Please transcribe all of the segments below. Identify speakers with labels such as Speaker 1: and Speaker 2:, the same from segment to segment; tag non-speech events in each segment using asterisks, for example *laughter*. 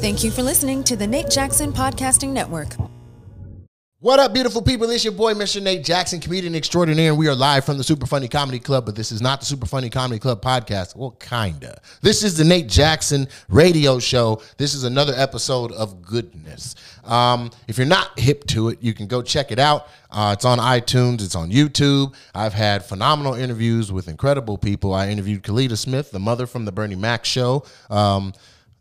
Speaker 1: Thank you for listening to the Nate Jackson Podcasting Network.
Speaker 2: What up, beautiful people? It's your boy, Mr. Nate Jackson, comedian extraordinaire, and we are live from the Super Funny Comedy Club, but this is not the Super Funny Comedy Club podcast. Well, kinda. This is the Nate Jackson radio show. This is another episode of goodness. Um, if you're not hip to it, you can go check it out. Uh, it's on iTunes, it's on YouTube. I've had phenomenal interviews with incredible people. I interviewed Kalita Smith, the mother from the Bernie Mac show. Um,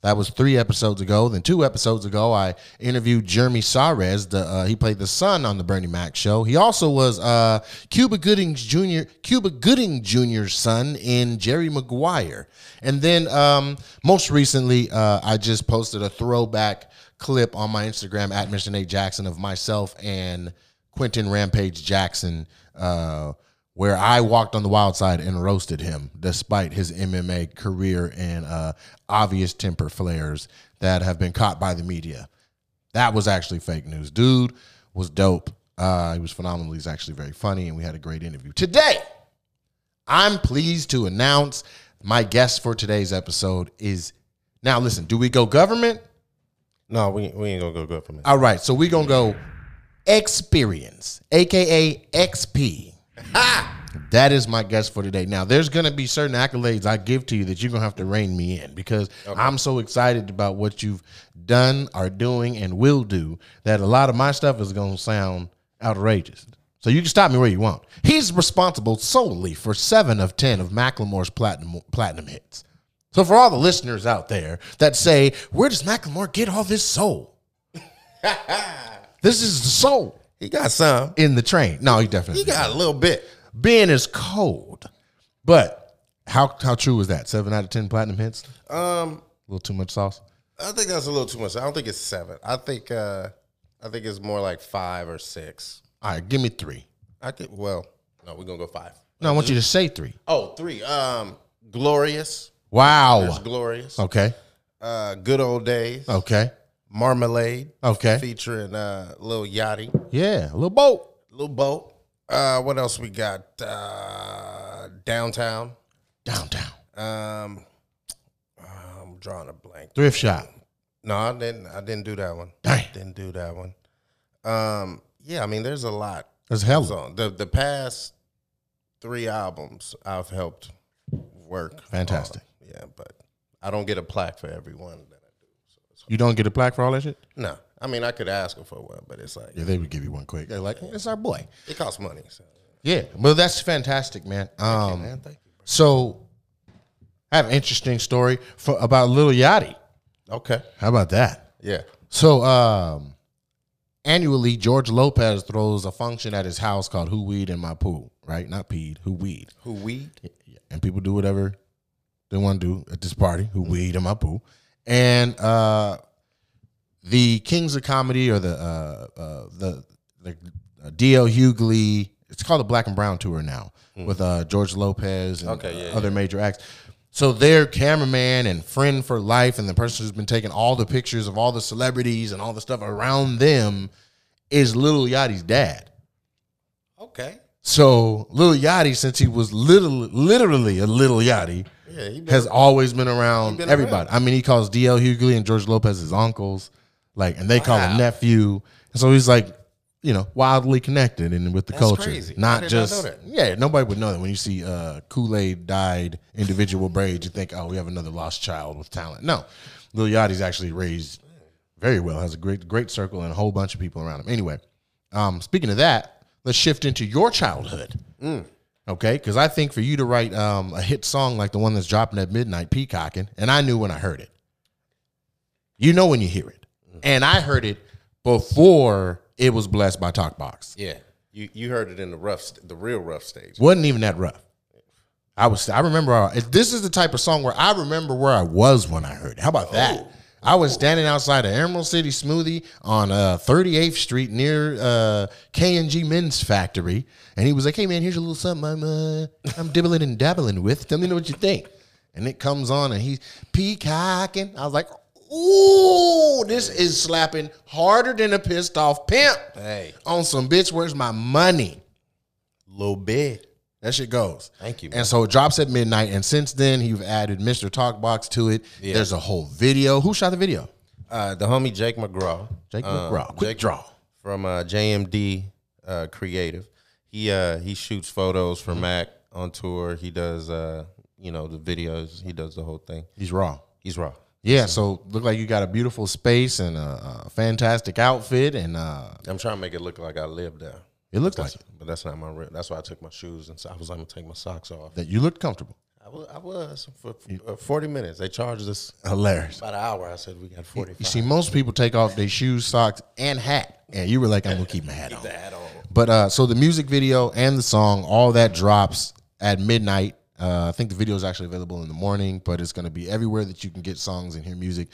Speaker 2: that was three episodes ago. Then two episodes ago, I interviewed Jeremy Sarez. The, uh, he played the son on the Bernie Mac show. He also was uh, Cuba Gooding Jr. Cuba Gooding Jr.'s son in Jerry Maguire. And then um, most recently, uh, I just posted a throwback clip on my Instagram at Mr. Nate Jackson of myself and Quentin Rampage Jackson. Uh, where I walked on the wild side and roasted him, despite his MMA career and uh, obvious temper flares that have been caught by the media. That was actually fake news. Dude was dope. Uh, he was phenomenal. He's actually very funny, and we had a great interview. Today, I'm pleased to announce my guest for today's episode is. Now, listen, do we go government?
Speaker 3: No, we, we ain't gonna go good for me.
Speaker 2: All right, so we're going to go experience, AKA XP. That is my guest for today. Now, there's going to be certain accolades I give to you that you're going to have to rein me in because I'm so excited about what you've done, are doing, and will do that a lot of my stuff is going to sound outrageous. So you can stop me where you want. He's responsible solely for seven of 10 of Macklemore's platinum, platinum hits. So for all the listeners out there that say, where does Macklemore get all this soul? this is the soul
Speaker 3: He got some.
Speaker 2: in the train. No, he definitely
Speaker 3: He got a little bit.
Speaker 2: Ben is cold. But how how true is that? Seven out of ten platinum hits? A
Speaker 3: Um,
Speaker 2: little too much sauce.
Speaker 3: I think that's a little too much. I don't think it's seven. I think uh, I think it's more like five or six.
Speaker 2: All right, give me three.
Speaker 3: I think. Well, no, we're gonna go five.
Speaker 2: No, I want you to say three.
Speaker 3: Oh, three. Um, glorious. It's
Speaker 2: Wow.
Speaker 3: glorious.
Speaker 2: Okay.
Speaker 3: Uh, good old days.
Speaker 2: Okay.
Speaker 3: Marmalade.
Speaker 2: Okay.
Speaker 3: Featuring uh, Lil Yachty,
Speaker 2: Yeah. A little boat.
Speaker 3: Lil Boat. Uh, what else we got? Uh, downtown.
Speaker 2: Downtown.
Speaker 3: Um, I'm drawing a blank.
Speaker 2: Thrift shop.
Speaker 3: No, I didn't. I didn't do that one.
Speaker 2: Dang.
Speaker 3: Didn't do that one. Um, yeah, I mean, there's a lot.
Speaker 2: That's hella.
Speaker 3: So the the past three albums I've helped work. on.
Speaker 2: Fantastic.
Speaker 3: Yeah, but I don't get a plaque for every one. that I
Speaker 2: You don't get a plaque for all that shit?
Speaker 3: do. No, I mean, I could ask her for one, but it's like
Speaker 2: Yeah, they would give you one quick. They're like, it's our boy.
Speaker 3: it costs money. So.
Speaker 2: Yeah. Well, that's fantastic, man. Um,
Speaker 3: Man, thank you.
Speaker 2: so I have an interesting story for about Little Yachty.
Speaker 3: bro. Okay.
Speaker 2: How about that?
Speaker 3: Yeah.
Speaker 2: So um, annually, George Lopez throws a function at his house called "Who Weed in My Pool," right? Not peed, who weed,
Speaker 3: Who weed?
Speaker 2: and people do whatever they want to do at this party. Who
Speaker 3: Mm-hmm.
Speaker 2: weed in my pool, and uh, the Kings of Comedy or the uh, uh, the the uh, DL Hughley. It's called the Black and Brown Tour now with uh, George Lopez and
Speaker 3: Mm. Okay,
Speaker 2: uh,
Speaker 3: yeah,
Speaker 2: other major acts. So their cameraman and friend for life and the person who's been taking all the pictures of all the celebrities and all the stuff around them is Little Yachty's dad.
Speaker 3: Okay.
Speaker 2: So Little Yachty, since he was little, literally a Little Yachty,
Speaker 3: Yeah, he been-
Speaker 2: has always been around
Speaker 3: been
Speaker 2: everybody. I mean, he calls DL Hughley and George Lopez his uncles, like, and they call him nephew. And so he's like, you know, wildly connected and with the culture,
Speaker 3: crazy. I
Speaker 2: not
Speaker 3: did not
Speaker 2: just
Speaker 3: know that.
Speaker 2: yeah. Nobody would know that when you see uh, Kool Aid dyed individual braids, you think, oh, we have another lost child with talent. No, Lil Yachty's actually raised very well, has a great great circle and a whole bunch of people around him. Anyway, um, speaking of that, let's shift into your childhood. Okay, because I think for you to write um, a hit song like the one that's dropping at midnight, Peacocking, and I knew when I heard it. You know when you hear it, and I heard it before it was blessed by Talkbox.
Speaker 3: yeah. You you heard it in the rough, st- the real rough stage.
Speaker 2: wasn't even that rough. I was. I remember. I, this is the type of song where I remember where I was when I heard it. How about that? I was standing outside of Emerald City Smoothie on uh, 38th Street near uh, K&G Men's Factory, and he was like, "Hey man, here's a little something I'm uh, I'm dibbling and dabbling with. Tell me what you think." And it comes on, and he's peacocking. I was like, "Ooh, this is slapping harder than a pissed off pimp."
Speaker 3: Hey.
Speaker 2: on some bitch, where's my money?
Speaker 3: Little bit.
Speaker 2: That shit goes.
Speaker 3: Thank you, man.
Speaker 2: And so it drops at midnight. And since then, you've added Mr. Talkbox to it. There's a whole video. Who shot the video?
Speaker 3: Uh, the homie Jake McGraw.
Speaker 2: Jake
Speaker 3: uh,
Speaker 2: McGraw, quick draw.
Speaker 3: From uh, JMD uh, Creative. He uh, he shoots photos for
Speaker 2: Mm-hmm.
Speaker 3: Mac on tour. He does uh, you know the videos. He does the whole thing.
Speaker 2: He's raw.
Speaker 3: He's raw.
Speaker 2: Yeah, so look like you got a beautiful space and a, a fantastic outfit, and uh,
Speaker 3: I'm trying to make it look like I live there,
Speaker 2: it looked like
Speaker 3: but that's not my real. That's why I took my shoes and so I was like, I'm gonna take my socks off.
Speaker 2: that. You looked comfortable.
Speaker 3: I was, I was for uh, 40 minutes. They charged us
Speaker 2: Hilarious.
Speaker 3: about an hour. I said we got 45.
Speaker 2: You see, most people take off their shoes, socks, and hat, and you were like, "I'm gonna keep my hat on." But uh, so the music video and the song, all that drops at midnight. Uh, I think the video is actually available in the morning, but it's gonna be everywhere that you can get songs and hear music.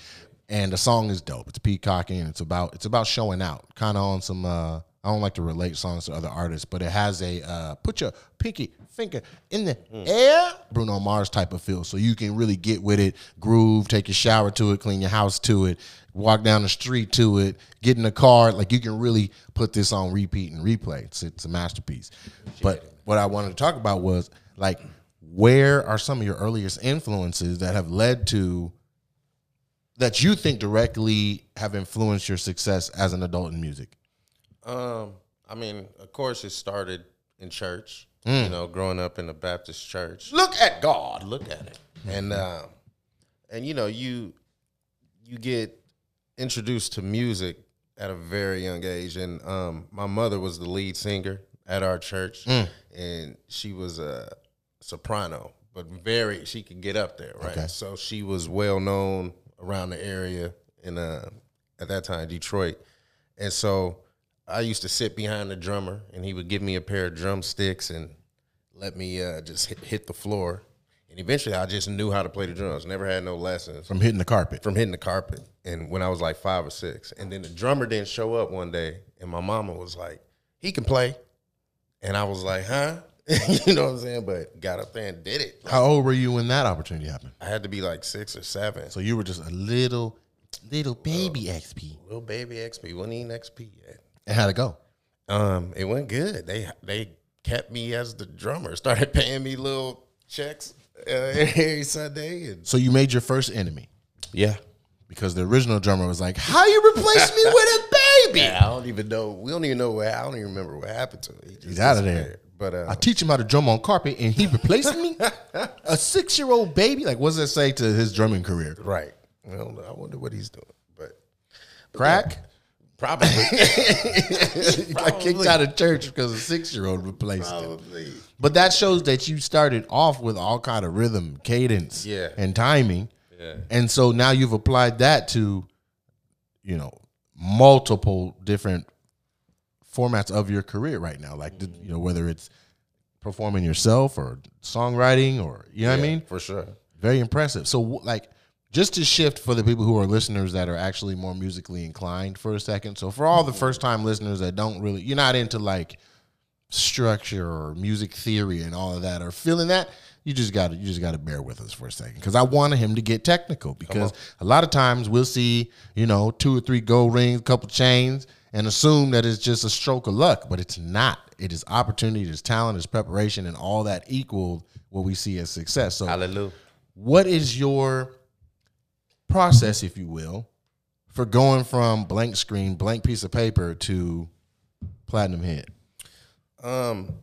Speaker 2: And the song is dope. It's peacocking. It's about it's about showing out, kind of on some. Uh, I don't like to relate songs to other artists, but it has a uh, put your pinky finger in the air, Bruno Mars type of feel. So you can really get with it, groove, take your shower to it, clean your house to it, walk down the street to it, get in the car. Like you can really put this on repeat and replay. It's, it's a masterpiece. But what I wanted to talk about was like, where are some of your earliest influences that have led to that you think directly have influenced your success as an adult in music?
Speaker 3: Um, I mean, of course, it started in church. You know, growing up in a Baptist church.
Speaker 2: Mm. Look at God.
Speaker 3: Look at it, and um, and you know, you you get introduced to music at a very young age, and um, my mother was the lead singer at our church, and she was a soprano, but very she could get up there, right?
Speaker 2: Okay.
Speaker 3: So she was well known around the area in uh, at that time Detroit, and so I used to sit behind the drummer, and he would give me a pair of drumsticks and let me uh, just hit, hit the floor. And eventually, I just knew how to play the drums. Never had no lessons
Speaker 2: From hitting the carpet.
Speaker 3: from hitting the carpet. And when I was like five or six, and then the drummer didn't show up one day, and my mama was like, "He can play," and I was like, "Huh?" *laughs* you know what I'm saying? But got up there and did it.
Speaker 2: How old were you when that opportunity happened?
Speaker 3: I had to be like six or seven.
Speaker 2: So you were just a little, little baby XP.
Speaker 3: Little baby XP wasn't even XP yet.
Speaker 2: And how'd it go?
Speaker 3: Um, it went good. They they kept me as the drummer. *laughs* Started paying me little checks uh, *laughs* every Sunday, and
Speaker 2: So you made your first enemy
Speaker 3: yeah,
Speaker 2: because the original drummer was like, "How you replace me with a baby?"
Speaker 3: *laughs* yeah. I don't even know. We don't even know what. I don't even remember what happened to it.
Speaker 2: He's out of there.
Speaker 3: disappeared. But uh,
Speaker 2: I teach him how to drum on carpet, and he replaced me. a six-year-old baby. Like, what does that say to his drumming career?
Speaker 3: Right. I don't know. I wonder what he's doing, but
Speaker 2: Crack.
Speaker 3: *laughs* probably,
Speaker 2: He got kicked out of church because a six-year-old replaced him.
Speaker 3: probably.
Speaker 2: But that shows that you started off with all kind of rhythm, cadence,
Speaker 3: Yeah.
Speaker 2: and timing.
Speaker 3: Yeah.
Speaker 2: And so now you've applied that to, you know, multiple different formats of your career right now. Like, th- you know, whether it's performing yourself or songwriting or, you know what I mean?
Speaker 3: for sure.
Speaker 2: Very impressive. So, w- like, just to shift for the people who are listeners that are actually more musically inclined for a second. So, for all the first time listeners that don't really, you're not into like structure or music theory and all of that, or feeling that, you just got to you just got to bear with us for a second because I wanted him to get technical because a lot of times we'll see you know two or three gold rings, couple chains, and assume that it's just a stroke of luck, but it's not. It is opportunity, it is talent, it's preparation, and all that equaled what we see as success. So
Speaker 3: Hallelujah.
Speaker 2: what is your process, if you will, for going from blank screen, blank piece of paper to platinum hit?
Speaker 3: Um.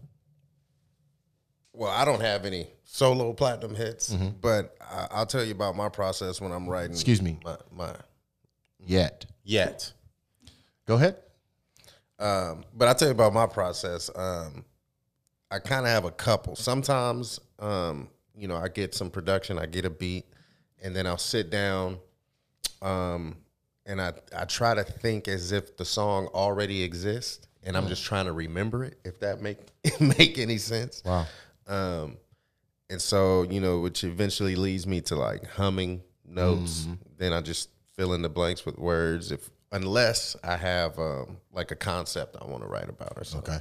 Speaker 3: Well, I don't have any solo platinum hits, but I, I'll tell you about my process when I'm writing.
Speaker 2: Excuse me.
Speaker 3: My, my
Speaker 2: Yet.
Speaker 3: yet.
Speaker 2: Go ahead.
Speaker 3: Um, but I'll tell you about my process. Um, I kind of have a couple. Sometimes, um, you know, I get some production, I get a beat, and then I'll sit down um, and I, I try to think as if the song already exists and I'm just trying to remember it, if that make *laughs* make any sense.
Speaker 2: Wow.
Speaker 3: Um, and so, you know, which eventually leads me to like humming notes. Then I just fill in the blanks with words if unless I have um, like a concept I want to write about or something.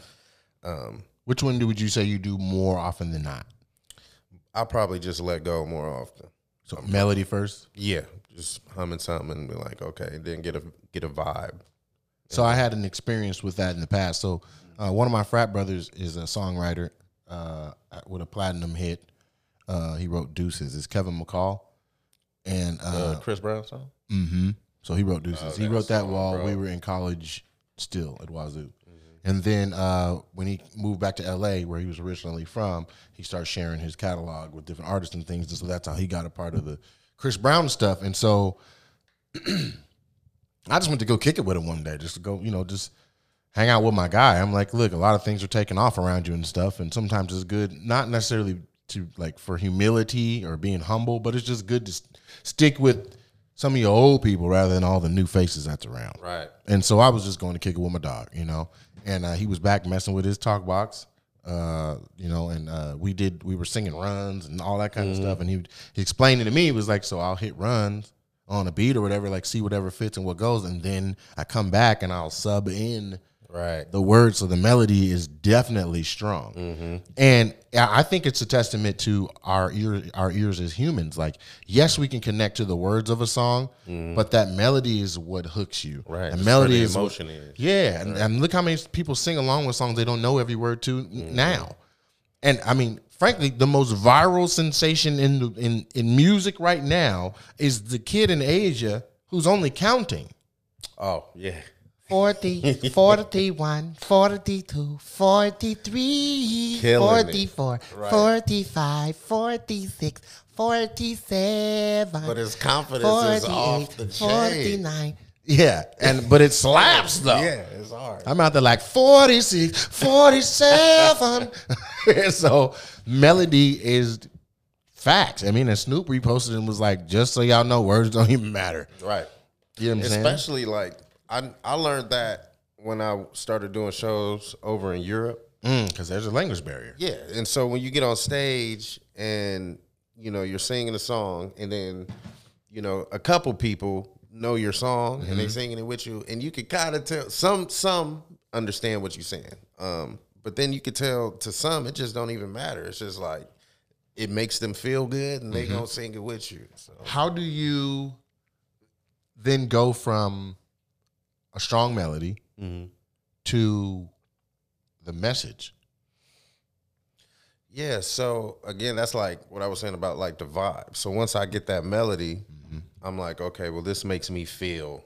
Speaker 2: Okay. Which one do would you say you do more often than not?
Speaker 3: I'll probably just let go more often.
Speaker 2: So melody first.
Speaker 3: Yeah. Just humming something and be like, okay, and then get a get a vibe.
Speaker 2: So I had an experience with that in the past. So uh, one of my frat brothers is a songwriter uh, with a platinum hit. Uh, he wrote Deuces. It's Kevin McCall, and uh,
Speaker 3: Chris Brown song?
Speaker 2: hmm
Speaker 4: So he wrote Deuces. he wrote that while we were in college still at Wazoo.
Speaker 2: And then uh, when he moved back to LA, where he was originally from, he started sharing his catalog with different artists and things. And so that's how he got a part of the Chris Brown stuff. And so I just went to go kick it with him one day, just to go, you know, just hang out with my guy. I'm like, look, a lot of things are taking off around you and stuff. And sometimes it's good, not necessarily to like for humility or being humble, but it's just good to s- stick with some of your old people rather than all the new faces that's around.
Speaker 3: Right.
Speaker 2: And so I was just going to kick it with my dog, you know. And uh, he was back messing with his talk box, uh, you know. And uh, we did, we were singing runs and all that kind of stuff. And he, he explained it to me. He was like, "So I'll hit runs on a beat or whatever, like see whatever fits and what goes, and then I come back and I'll sub in."
Speaker 3: Right.
Speaker 2: the words so the melody is definitely strong
Speaker 3: Mm-hmm.
Speaker 2: and i I think it's a testament to our ear our ears as humans like yes we can connect to the words of a song but that melody is what hooks you
Speaker 3: Mm-hmm. Right.
Speaker 2: and
Speaker 3: That's
Speaker 2: melody
Speaker 3: where the
Speaker 2: is what-
Speaker 3: emotion is.
Speaker 2: yeah and, and look how many people sing along with songs they don't know every word to
Speaker 3: Mm-hmm.
Speaker 2: n now and i mean frankly the most viral sensation in the, in in music right now is the kid in asia who's only counting
Speaker 3: Oh yeah.
Speaker 2: 40, 41, 42, 43,
Speaker 3: Killing it.
Speaker 2: 44, 45, 46, 47.
Speaker 3: But his confidence is off the chain.
Speaker 2: 49. Yeah, and but it slaps though.
Speaker 3: Yeah, it's hard.
Speaker 2: I'm out there like 46, 47. *laughs* so melody is facts. I mean, and Snoop reposted and was like, just so y'all know, words don't even matter.
Speaker 3: Right.
Speaker 2: You know what I'm saying?
Speaker 3: Especially like I I learned that when I started doing shows over in Europe.
Speaker 2: Because Mm, there's a language barrier.
Speaker 3: Yeah, and so when you get on stage and you know you're singing a song, and then you know a couple people know your song and they singing it with you, and you can kind of tell some some understand what you're saying, um, but then you could tell to some it just don't even matter. It's just like it makes them feel good, and they gonna sing it with you. So
Speaker 2: how do you then go from a strong melody to the message?
Speaker 3: Yeah, so again, that's like what I was saying about like the vibe. So once I get that melody, I'm like, okay, well, this makes me feel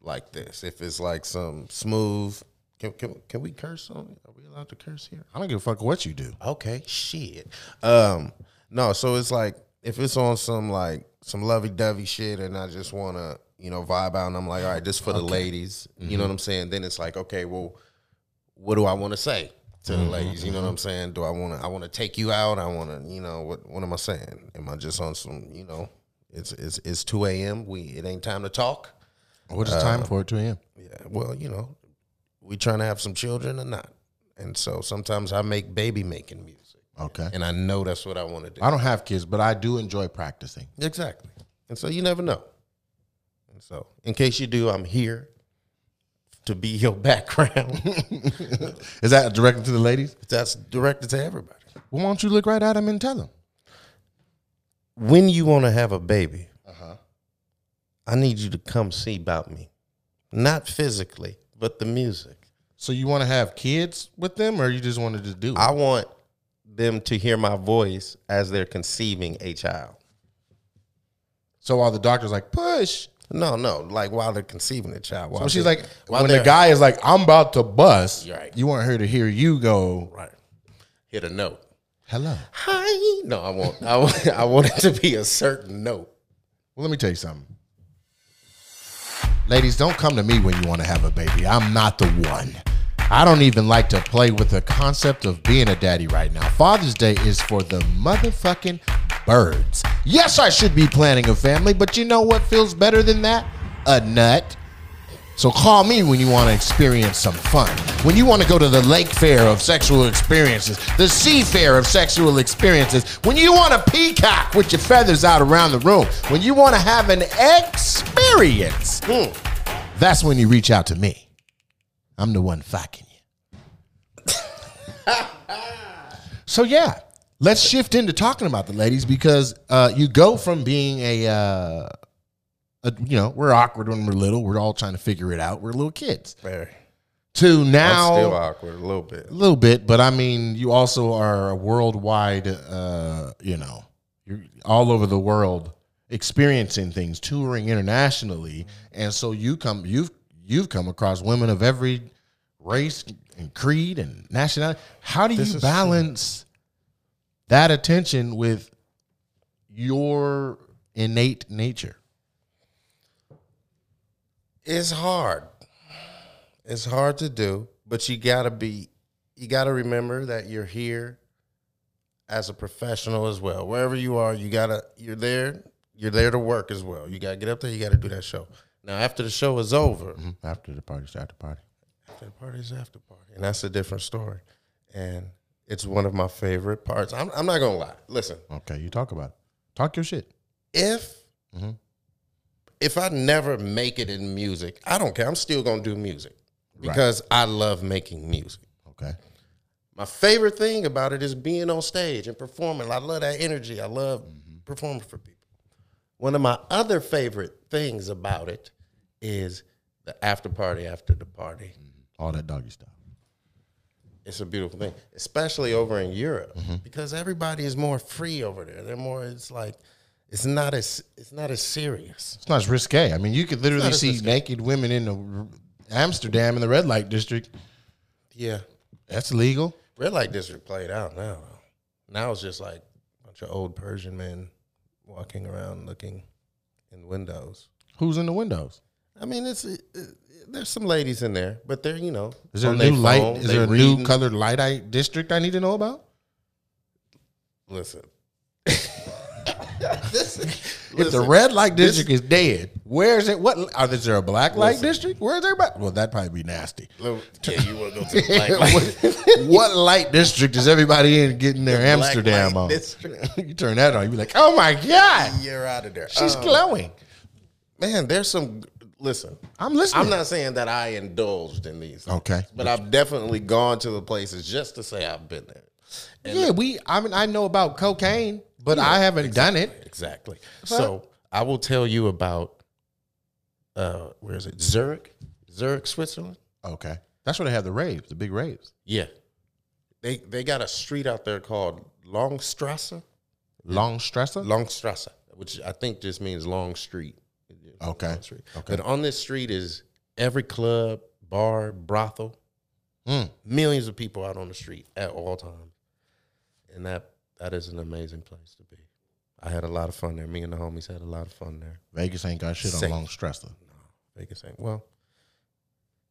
Speaker 3: like this. If it's like some smooth, can can, can we curse on it? Are we allowed to curse here?
Speaker 2: I don't give a fuck what you do.
Speaker 3: Okay, shit. Um, no, so it's like if it's on some like some lovey dovey shit, and I just want to you know vibe out, and I'm like, all right, this for the ladies. You know what I'm saying? Then it's like, okay, well, what do I want to say to the ladies? You know what I'm saying? Do I want to? I want to take you out. I want to. You know what? What am I saying? Am I just on some? You know, it's it's it's two a.m. We it ain't time to talk.
Speaker 2: What is time for it to him?
Speaker 3: Yeah, well, you know, we trying to have some children or not, and so sometimes I make baby making music
Speaker 2: Okay.
Speaker 3: and I know that's what I want to do.
Speaker 2: I don't have kids, but I do enjoy practicing. *laughs*
Speaker 3: Exactly. And so you never know. And so, in case you do, I'm here to be your *laughs* background.
Speaker 2: Is that directed to the ladies?
Speaker 3: that's directed to everybody.
Speaker 2: Well, why don't you look right at them and tell them?
Speaker 3: When you want to have a baby,
Speaker 2: Uh-huh.
Speaker 3: I need you to come see about me, not physically, but the music.
Speaker 2: So you want to have kids with them, or you just want to just do it?
Speaker 3: I want them to hear my voice as they're conceiving a child.
Speaker 2: so while the doctor's like push,
Speaker 3: No, no, like while they're conceiving a child. While
Speaker 2: so she's
Speaker 3: they're-
Speaker 2: like,
Speaker 3: while
Speaker 2: when the
Speaker 3: they're-
Speaker 2: guy is like, I'm about to bust,
Speaker 3: You're right.
Speaker 2: you want her to hear you go,
Speaker 3: right, hit a note.
Speaker 2: hello.
Speaker 3: hi. No, I won't. I want, *laughs* I want it to be a certain note.
Speaker 2: Well, let me tell you something. Ladies, don't come to me when you want to have a baby. I'm not the one. I don't even like to play with the concept of being a daddy right now. Father's Day is for the motherfucking birds. Yes, I should be planning a family, but you know what feels better than that? A nut. So call me when you want to experience some fun. When you want to go to the lake fair of sexual experiences, the sea fair of sexual experiences, when you want to peacock with your feathers out around the room, when you want to have an experience, hmm, that's when you reach out to me. I'm the one fucking you. so yeah, let's shift into talking about the ladies because uh, you go from being a uh, uh, you know, we're awkward when we're little. We're all trying to figure it out. We're little kids.
Speaker 3: Very.
Speaker 2: To
Speaker 3: I'm still
Speaker 2: now,
Speaker 3: awkward a little bit.
Speaker 2: a little bit, but I mean, you also are a worldwide, uh, you know, you're all over the world. experiencing things, touring internationally, and so you come you've you've come across women of every race and creed and nationality. How do you balance that attention with your innate nature?
Speaker 3: It's hard. It's hard to do, but you gotta be. You gotta remember that you're here as a professional as well. Wherever you are, you gotta. You're there. You're there to work as well. You gotta get up there. You gotta do that show. Now, after the show is over,
Speaker 2: Mm-hmm. After the party's after party.
Speaker 3: after the party is after party, and that's a different story. And it's one of my favorite parts. I'm, I'm not gonna lie. Listen,
Speaker 2: Okay, you talk about it. Talk your shit.
Speaker 3: if if I never make it in music, I don't care. I'm still gonna do music because I love making music.
Speaker 2: Okay.
Speaker 3: My favorite thing about it is being on stage and performing. I love that energy. I love performing for people. One of my other favorite things about it is the after party after the party.
Speaker 2: All that doggy stuff.
Speaker 3: It's a beautiful thing, especially over in Europe because everybody is more free over there. They're more. It's like it's not as it's not as serious.
Speaker 2: It's not as risque. I mean, you could literally
Speaker 3: as
Speaker 2: see
Speaker 3: risque.
Speaker 2: naked women in the r- Amsterdam in the red light district.
Speaker 3: Yeah.
Speaker 2: That's legal.
Speaker 3: Red Light District played out now. Now it's just like a bunch of old Persian men walking around looking in windows.
Speaker 2: Who's in the windows?
Speaker 3: I mean, it's it, it, there's some ladies in there, but they're you know.
Speaker 2: Is there
Speaker 3: on
Speaker 2: a new
Speaker 3: their
Speaker 2: light?
Speaker 3: phone,
Speaker 2: Is
Speaker 3: they
Speaker 2: there a new
Speaker 3: reading.
Speaker 2: colored light I, district I need to know about?
Speaker 3: Listen,
Speaker 2: If the red light district is dead, where is it? What are is there a black light district? Where's everybody? Well, that'd probably be nasty.
Speaker 3: look, yeah, you want to go to *laughs* the
Speaker 2: *laughs*
Speaker 3: black light,
Speaker 2: what, what light district is everybody in getting their
Speaker 3: Black
Speaker 2: Amsterdam
Speaker 3: Light
Speaker 2: on?
Speaker 3: District.
Speaker 2: *laughs*
Speaker 3: *laughs*
Speaker 2: you turn that on, you be like, oh my god,
Speaker 3: You're out of there.
Speaker 2: she's
Speaker 3: Um,
Speaker 2: glowing.
Speaker 3: man. There's some. Listen,
Speaker 2: I'm listening.
Speaker 3: I'm not saying that I indulged in these, things,
Speaker 2: Okay.
Speaker 3: but I've definitely gone to the places just to say I've been there.
Speaker 2: Yeah, we. I mean, I know about cocaine, but I haven't done it.
Speaker 3: Exactly. So I will tell you about uh where is it? Zurich? Zurich, Switzerland?
Speaker 2: Okay, that's where they have the raves, the big raves.
Speaker 3: Yeah. They they got a street out there called Longstrasse.
Speaker 2: Longstrasser.
Speaker 3: Longstrasse, which I think just means long street.
Speaker 2: Okay.
Speaker 3: Long street. But on this street is every club, bar, brothel.
Speaker 2: Mm.
Speaker 3: Millions of people out on the street at all times. And that that is an amazing place to be. I had a lot of fun there. Me and the homies had a lot of fun there.
Speaker 2: Vegas ain't got shit on
Speaker 3: Safe.
Speaker 2: Longstrasser.
Speaker 3: Vegas ain't well.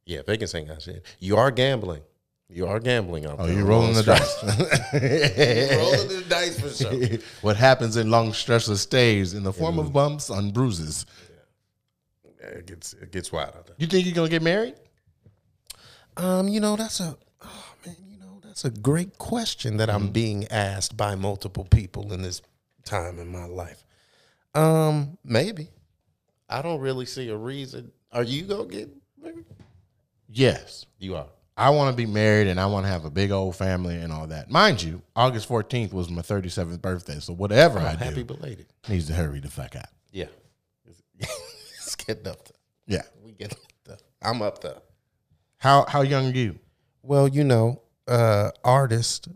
Speaker 3: Yeah, Vegas ain't got shit. You are gambling. You are gambling out
Speaker 2: Oh,
Speaker 3: there.
Speaker 2: you're rolling the
Speaker 3: Stress. *laughs*
Speaker 2: dice.
Speaker 3: rolling the dice for *laughs* sure.
Speaker 2: *laughs* what happens in Longstrasser stays in the form of bumps on bruises.
Speaker 3: it gets it gets wild out there.
Speaker 2: You think you're gonna get married?
Speaker 3: Um, you know that's a oh man, you know that's a great question that
Speaker 2: Mm-hmm.
Speaker 3: I'm being asked by multiple people in this time in my life. Um, maybe. I don't really see a reason. Are you gonna get married?
Speaker 2: Yes.
Speaker 3: You are.
Speaker 2: I want to be married and I want to have a big old family and all that. Mind you, August 14th was my 37th birthday, so whatever I do
Speaker 3: Happy belated.
Speaker 2: needs to hurry the fuck up.
Speaker 3: Yeah. *laughs* It's getting up there.
Speaker 2: Yeah.
Speaker 3: We get up there. I'm up there.
Speaker 2: How how young are you?
Speaker 3: Well, you know, uh, artists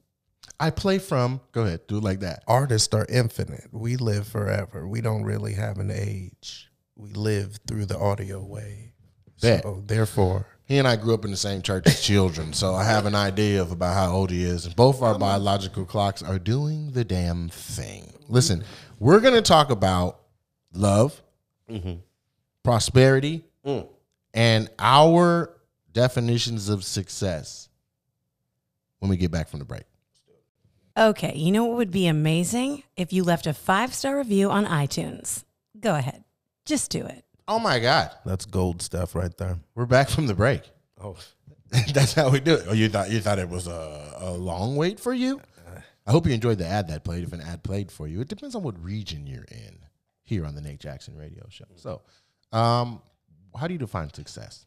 Speaker 2: I play from. Go ahead, do it like that.
Speaker 3: artists are infinite. We live forever. We don't really have an age. We live through the audio wave.
Speaker 2: Bet.
Speaker 3: So therefore,
Speaker 2: He and I grew up in the same church as children, so I have an idea of about how old he is. And both our biological clocks are doing the damn thing. Listen, we're gonna talk about love, prosperity, and our definitions of success when we get back from the break.
Speaker 5: Okay, you know what would be amazing? If you left a five star review on iTunes. Go ahead, just do it.
Speaker 2: Oh my God,
Speaker 3: that's gold stuff right there.
Speaker 2: we're back from the break.
Speaker 3: Oh,
Speaker 2: *laughs* That's how we do it. Oh, you thought you thought it was a, a long wait for you? I hope you enjoyed the ad that played. If an ad played for you, it depends on what region you're in. Here on the Nate Jackson Radio Show. So, um, how do you define success?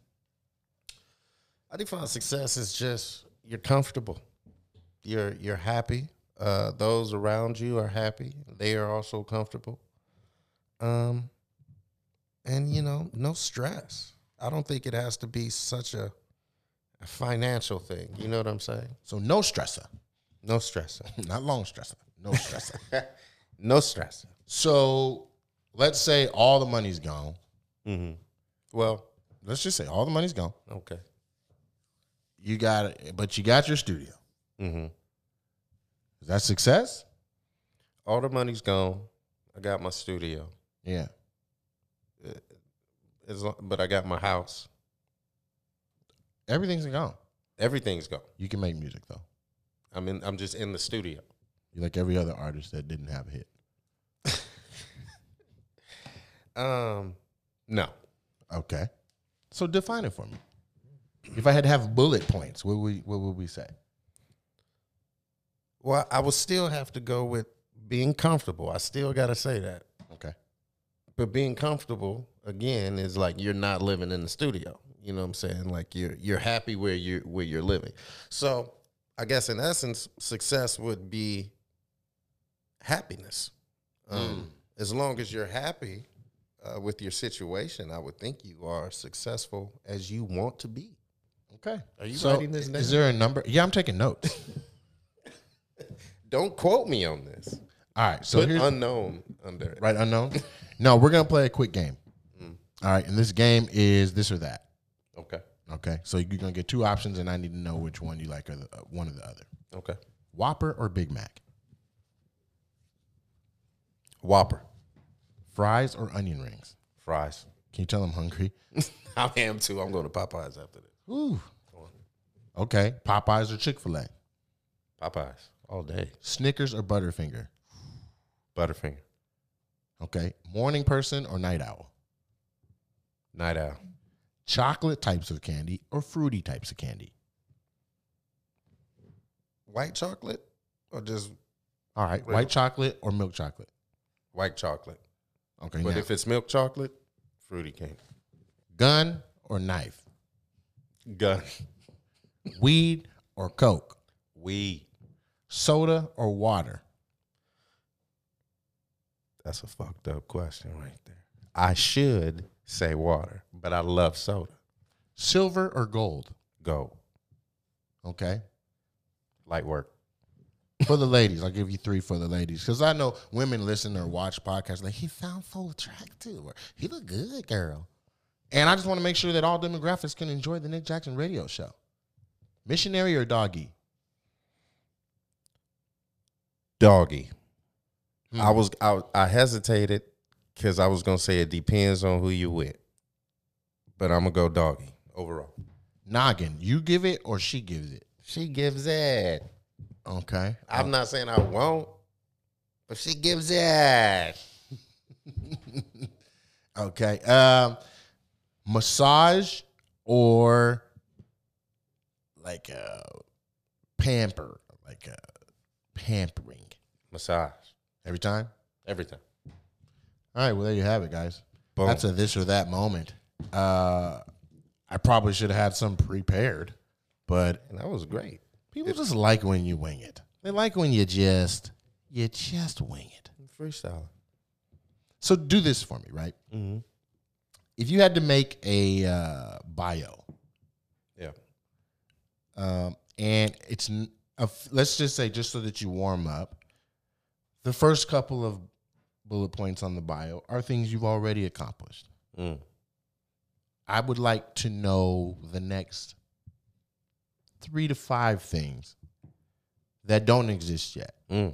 Speaker 3: I define success as just you're comfortable, you're you're happy. Uh, those around you are happy. They are also comfortable. Um, and you know, no stress. I don't think it has to be such a, a financial thing. You know what I'm saying?
Speaker 2: So, no stressor, *laughs*
Speaker 3: No stressor.
Speaker 2: not long stressor, no stressor.
Speaker 3: No stress.
Speaker 2: so, Let's say all the money's gone.
Speaker 3: Mm-hmm. Well,
Speaker 2: Let's just say all the money's gone.
Speaker 3: okay.
Speaker 2: You got it, but you got your studio.
Speaker 3: Mm-hmm.
Speaker 2: Is that success?
Speaker 3: All the money's gone. I got my studio,
Speaker 2: Yeah.
Speaker 3: as long, but I got my house.
Speaker 2: Everything's gone.
Speaker 3: Everything's gone.
Speaker 2: You can make music though.
Speaker 3: I'm in. I'm just in the studio.
Speaker 2: You're like every other artist that didn't have a hit.
Speaker 3: Um, no.
Speaker 2: Okay. So define it for me. If I had to have bullet points, what would what would we say?
Speaker 3: Well, I would still have to go with being comfortable. I still got to say that.
Speaker 2: Okay.
Speaker 3: But being comfortable again is like you're not living in the studio. You know what I'm saying? Like you're you're happy where you where you're living. So, I guess in essence, success would be happiness. Um, As long as you're happy uh, with your situation, I would think you are successful as you want to be.
Speaker 2: Okay.
Speaker 3: Are you
Speaker 2: so
Speaker 3: writing this down?
Speaker 2: Is there a number? Yeah, I'm taking notes. *laughs*
Speaker 3: Don't quote me on this.
Speaker 2: All right. So
Speaker 3: Put
Speaker 2: here's
Speaker 3: unknown under it.
Speaker 2: right unknown. no, we're gonna play a quick game.
Speaker 3: Mm.
Speaker 2: All right, and this game is this or that.
Speaker 3: Okay.
Speaker 2: Okay, so you're gonna get two options, and I need to know which one you like or the, uh, one or the other.
Speaker 3: Okay.
Speaker 2: Whopper or Big Mac,
Speaker 3: Whopper.
Speaker 2: fries or onion rings.
Speaker 3: Fries.
Speaker 2: Can you tell I'm hungry?
Speaker 3: *laughs* I am too. I'm going to Popeyes after this.
Speaker 2: Ooh. Okay, Popeyes or Chick Fil A,
Speaker 3: Popeyes all day.
Speaker 2: Snickers or Butterfinger.
Speaker 3: Butterfinger.
Speaker 2: Okay, morning person or night owl.
Speaker 3: Night Owl.
Speaker 2: Chocolate types of candy or fruity types of candy.
Speaker 3: White chocolate or just
Speaker 2: All right,
Speaker 3: Wait.
Speaker 2: white chocolate or milk chocolate.
Speaker 3: white chocolate?
Speaker 2: Okay,
Speaker 3: But
Speaker 2: now,
Speaker 3: if it's milk chocolate, fruity candy.
Speaker 2: gun or knife,
Speaker 3: Gun.
Speaker 2: weed or coke,
Speaker 3: Weed.
Speaker 2: soda or water.
Speaker 3: That's a fucked up question right there. I should say water, but I love soda.
Speaker 2: silver or gold.
Speaker 3: Go.
Speaker 2: Okay.
Speaker 3: Light work.
Speaker 2: For the ladies, I'll give you three for the ladies because I know women listen or watch podcasts like he sounds so attractive or he look good, girl. And I just want to make sure that all demographics can enjoy the Nick Jackson radio show. Missionary or doggy?
Speaker 3: Doggy. I was I, I hesitated because I was gonna say it depends on who you with. But I'm gonna go doggy overall.
Speaker 2: Noggin, you give it or she gives it.
Speaker 3: She gives it.
Speaker 2: Okay.
Speaker 3: I'm not saying I won't, but she gives it.
Speaker 2: *laughs* Okay. Um, massage or like a pamper, like a pampering
Speaker 3: Massage.
Speaker 2: every time?
Speaker 3: Everything.
Speaker 2: All right, well there you have it, guys.
Speaker 3: Boom.
Speaker 2: That's a this or that moment. Uh, I probably should have had some prepared, but
Speaker 3: And that was great.
Speaker 2: people just like when you wing it. They like when you just you just wing it.
Speaker 3: Freestyle.
Speaker 2: So do this for me, right?
Speaker 3: Mm-hmm.
Speaker 2: If you had to make a uh, bio,
Speaker 3: Yeah.
Speaker 2: um, and it's n- a f- let's just say just so that you warm up, the first couple of bullet points on the bio are things you've already accomplished.
Speaker 3: Mm.
Speaker 2: I would like to know the next three to five things that don't exist yet.
Speaker 3: Mm.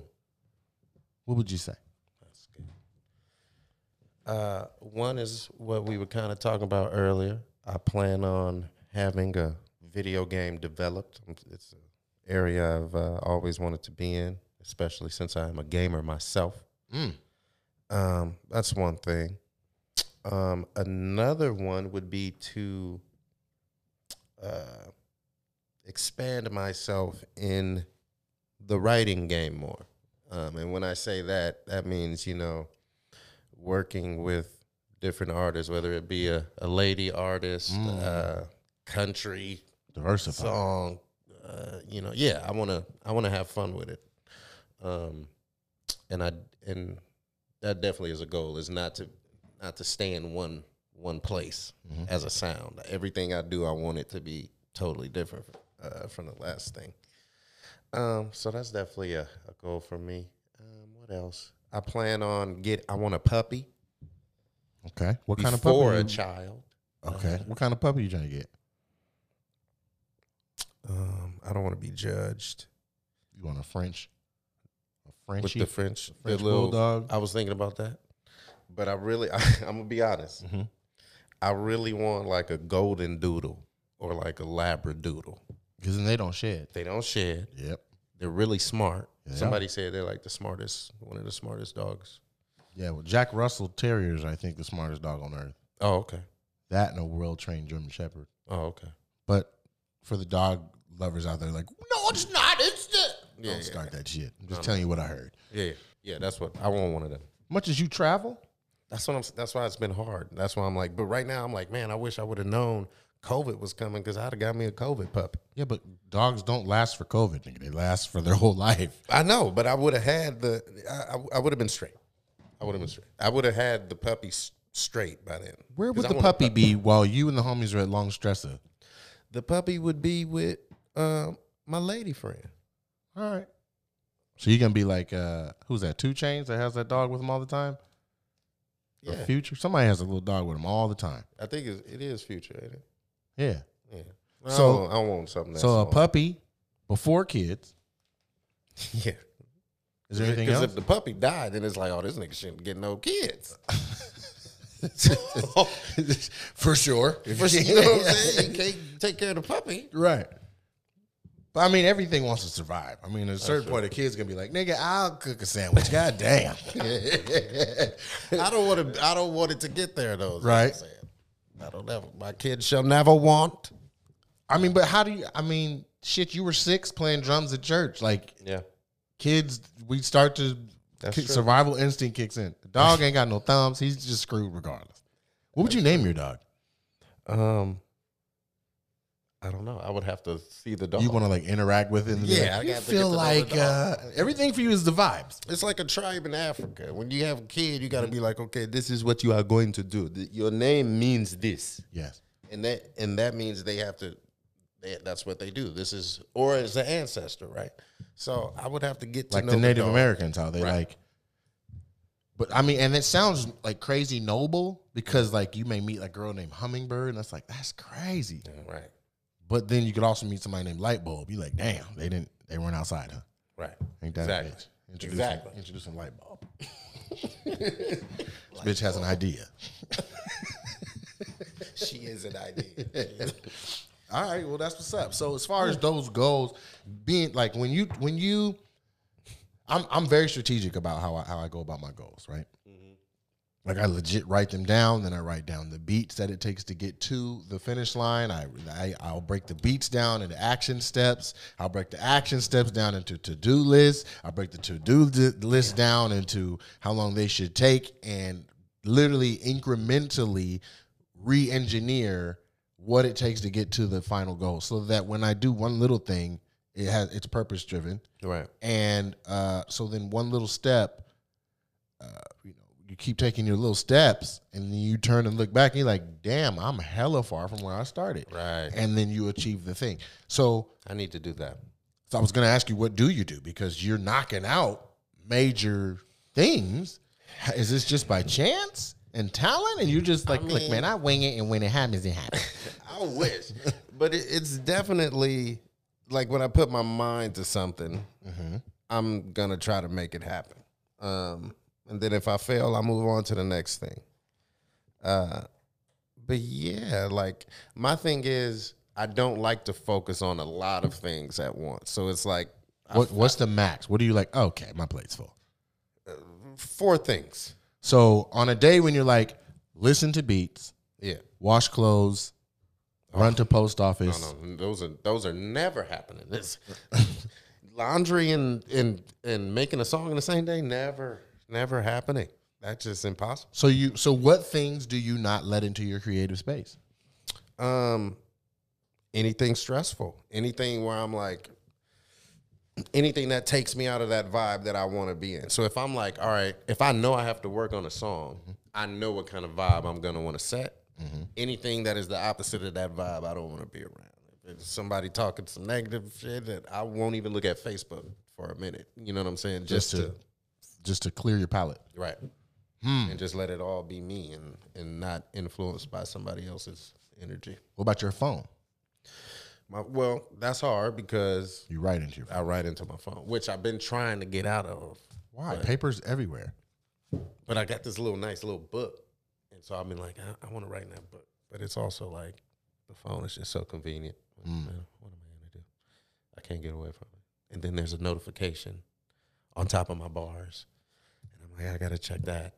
Speaker 2: What would you say?
Speaker 3: That's good. Uh, one is what we were kind of talking about earlier. I plan on having a video game developed. Um, It's an area I've uh, always wanted to be in, especially since I am a gamer myself. Um, that's one thing. Um, another one would be to uh, expand myself in the writing game more. Um, and when I say that, that means, you know, working with different artists, whether it be a, a lady artist, uh, country
Speaker 2: Diversify.
Speaker 3: song, uh, you know, yeah, I want to, I want to have fun with it. Um, and I, and that definitely is a goal is not to, not to stay in one, one place as a sound. Everything I do, I want it to be totally different uh, from the last thing. Um, so that's definitely a, a goal for me. Um, what else? I plan on get. I want a puppy.
Speaker 2: Okay. What kind of puppy?
Speaker 3: before
Speaker 2: you- Mm-hmm.
Speaker 3: a child.
Speaker 2: Okay. What kind of puppy you trying to get?
Speaker 3: Um, I don't want to be judged
Speaker 2: You want a French? A
Speaker 3: with
Speaker 2: Frenchie?
Speaker 3: the French, the
Speaker 2: French
Speaker 3: little
Speaker 2: bulldog?
Speaker 3: I was thinking about that, but I really, *laughs* I, am gonna be honest.
Speaker 2: Mhm.
Speaker 3: I really want like a golden doodle or like a labradoodle.
Speaker 2: Because then they don't shed.
Speaker 3: They don't shed.
Speaker 2: Yep.
Speaker 3: They're really smart.
Speaker 2: Yeah.
Speaker 3: Somebody said they're like the smartest, one of the smartest dogs.
Speaker 2: Yeah. Well, Jack Russell Terrier is, I think, the smartest dog on earth.
Speaker 3: Oh, okay.
Speaker 2: That and a world trained German Shepherd.
Speaker 3: Oh, okay.
Speaker 2: But for the dog lovers out there, like, no, it's not. It's the. Oh, don't start that shit. I'm just telling you what I heard.
Speaker 3: Yeah, yeah. That's what I want. One of them.
Speaker 2: Much as you travel,
Speaker 3: That's what I'm. That's why it's been hard. That's why I'm like. But right now, I'm like, man, I wish I would have known COVID was coming because I'd have got me a COVID puppy.
Speaker 2: yeah, but dogs don't last for COVID. Nigga. They last for their whole life.
Speaker 3: I know, but I would have had the. I, I, I would have been straight. I would have been straight. I would have had the puppy s- straight by then.
Speaker 2: *laughs* Where
Speaker 3: 'Cause
Speaker 2: would
Speaker 3: I
Speaker 2: the
Speaker 3: want a
Speaker 2: puppy *laughs* be while you and the homies are at Long Stressa?
Speaker 3: The puppy would be with um, my lady friend.
Speaker 2: All right. So you're gonna be like, uh, who's that? Two Chains that has that dog with him all the time. Or
Speaker 3: Yeah.
Speaker 2: Future. Somebody has a little dog with him all the time.
Speaker 3: I think it's, it is future. Ain't it?
Speaker 2: Yeah.
Speaker 3: Yeah.
Speaker 2: So-
Speaker 3: So I, want something. That's
Speaker 2: so a
Speaker 3: long.
Speaker 2: puppy before kids.
Speaker 3: *laughs* Yeah.
Speaker 2: Is there anything
Speaker 3: Because
Speaker 2: else?
Speaker 3: if the puppy died, then it's like, oh, this nigga shouldn't get no
Speaker 2: *laughs*
Speaker 3: kids. *laughs*
Speaker 2: for sure.
Speaker 3: For sure. You know what I'm saying? You can't take care of the puppy.
Speaker 2: Right. But I mean, everything wants to survive. I mean, at a certain point, a kid's gonna be like, "Nigga, I'll cook a sandwich." God damn.
Speaker 3: *laughs* I don't want to. I don't want it to get there though. is what
Speaker 2: Right.
Speaker 3: I'm saying. I don't ever. My kids shall never want.
Speaker 2: I mean, but how do you? I mean, shit, you were six playing drums at church. Like,
Speaker 3: Yeah.
Speaker 2: kids, we start to
Speaker 3: That's
Speaker 2: kick,
Speaker 3: true.
Speaker 2: survival instinct kicks in. The dog ain't got no thumbs; he's just screwed regardless. What would you name your dog?
Speaker 3: Um. I don't know. I would have to see the dog.
Speaker 2: You want to like interact with it? and be
Speaker 3: Yeah,
Speaker 2: like,
Speaker 3: I
Speaker 2: you
Speaker 3: got to
Speaker 2: feel
Speaker 3: get
Speaker 2: like
Speaker 3: to know the
Speaker 2: uh, everything for you is the vibes.
Speaker 3: it's like a tribe in Africa. When you have a kid, you got to be like, okay, this is what you are going to do. Th- Your name means this,
Speaker 2: Yes.
Speaker 3: and that and that means they have to. They, that's what they do. This is or it's the ancestor, right? So I would have to get to
Speaker 2: like
Speaker 3: know
Speaker 2: the Native
Speaker 3: dog.
Speaker 2: Americans, how they
Speaker 3: Right.
Speaker 2: like. But I mean, and it sounds like crazy noble because like you may meet a girl named Hummingbird, and that's like that's crazy.
Speaker 3: Right.
Speaker 2: But then you could also meet somebody named Lightbulb. You like, damn, they didn't, they weren't outside, huh?
Speaker 3: Right.
Speaker 2: Ain't that
Speaker 3: exactly.
Speaker 2: a bitch? Introducing,
Speaker 3: Exactly.
Speaker 2: Introducing Lightbulb. *laughs* this bitch has an idea.
Speaker 3: *laughs* She is an idea.
Speaker 2: *laughs* All right, well that's what's up. So as far as those goals, being like when you when you, I'm I'm very strategic about how I how I go about my goals, right? Like I legit write them down, then I write down the beats that it takes to get to the finish line. I, I I'll break the beats down into action steps. I'll break the action steps down into to do lists. I break the to do list down into how long they should take, and literally incrementally re-engineer what it takes to get to the final goal, so that when I do one little thing, it has it's purpose driven.
Speaker 3: right.
Speaker 2: And uh, so then one little step, uh, you know, you keep taking your little steps, and then you turn and look back, and you're like, "Damn, I'm hella far from where I started."
Speaker 3: Right.
Speaker 2: And then you achieve the thing. So,
Speaker 3: I need to do that.
Speaker 2: so I was going to ask you, what do you do? Because you're knocking out major things. Is this just by chance and talent, and you're just like, "Look, man, I wing it, and when it happens, it happens."
Speaker 3: I wish, but it, it's definitely like when I put my mind to something, I'm gonna try to make it happen. Um, and then if I fail, I move on to the next thing. Uh, but yeah, like my thing is, I don't like to focus on a lot of things at once. So it's like I-
Speaker 2: what, what's the max? What are you like? Okay, my plate's full.
Speaker 3: four things.
Speaker 2: So on a day when you're like, listen to beats.
Speaker 3: Yeah,
Speaker 2: wash clothes, run to post office.
Speaker 3: no, no, those are those are never happening. This *laughs* laundry and and and making a song in the same day never never happening. That's just impossible.
Speaker 2: So you so what things do you not let into your creative space?
Speaker 3: Um, anything stressful, anything where I'm like, anything that takes me out of that vibe that I want to be in. So if I'm like, all right, if I know I have to work on a song, I know what kind of vibe I'm gonna want to set. Anything that is the opposite of that vibe, I don't want to be around. If it's somebody talking some negative shit, that I won't even look at Facebook for a minute. You know what I'm saying? Just,
Speaker 2: Just
Speaker 3: to, Hmm.
Speaker 2: to- Just to clear your palate.
Speaker 3: right. and just let it all be me and and not influenced by somebody else's energy.
Speaker 2: What about your phone?
Speaker 3: My, well, that's hard because
Speaker 2: You write into your phone.
Speaker 3: I write into my phone, which I've been trying to get out of.
Speaker 2: Why? Papers everywhere.
Speaker 3: But I got this little nice little book, and so I've been like, I, I want to write in that book, but it's also like the phone is just so convenient. Like, man, what am I gonna do? I can't get away from it. And then there's a notification on top of my bars, and I'm like, I gotta check that.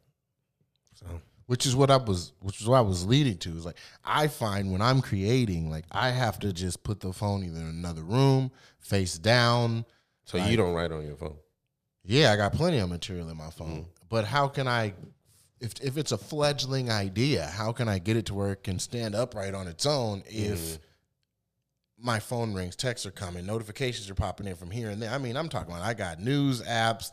Speaker 3: So
Speaker 2: which is what I was, which is what I was leading to. Is like I find when I'm creating, like I have to just put the phone either in another room, face down.
Speaker 3: So you don't write on your phone.
Speaker 2: Yeah, I got plenty of material in my phone,
Speaker 3: Mm-hmm.
Speaker 2: but how can I, if if it's a fledgling idea, how can I get it to where it can stand upright on its own if
Speaker 3: Mm-hmm.
Speaker 2: my phone rings, texts are coming, notifications are popping in from here and there. I mean, I'm talking about I got news apps,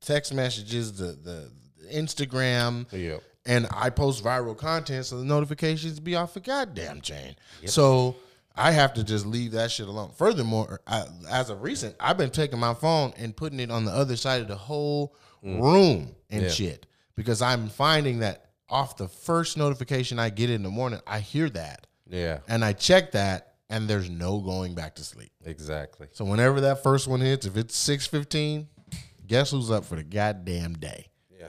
Speaker 2: text messages, the the Instagram,
Speaker 3: Yep.
Speaker 2: and I post viral content, so the notifications be off the goddamn chain. So I have to just leave that shit alone. Furthermore, I, as of recent, I've been taking my phone and putting it on the other side of the whole room and shit because I'm finding that off the first notification I get in the morning, I hear that
Speaker 3: Yeah,
Speaker 2: and I check that, and there's no going back to sleep.
Speaker 3: exactly.
Speaker 2: So whenever that first one hits, if it's six fifteen, guess who's up for the goddamn day?
Speaker 3: Yeah,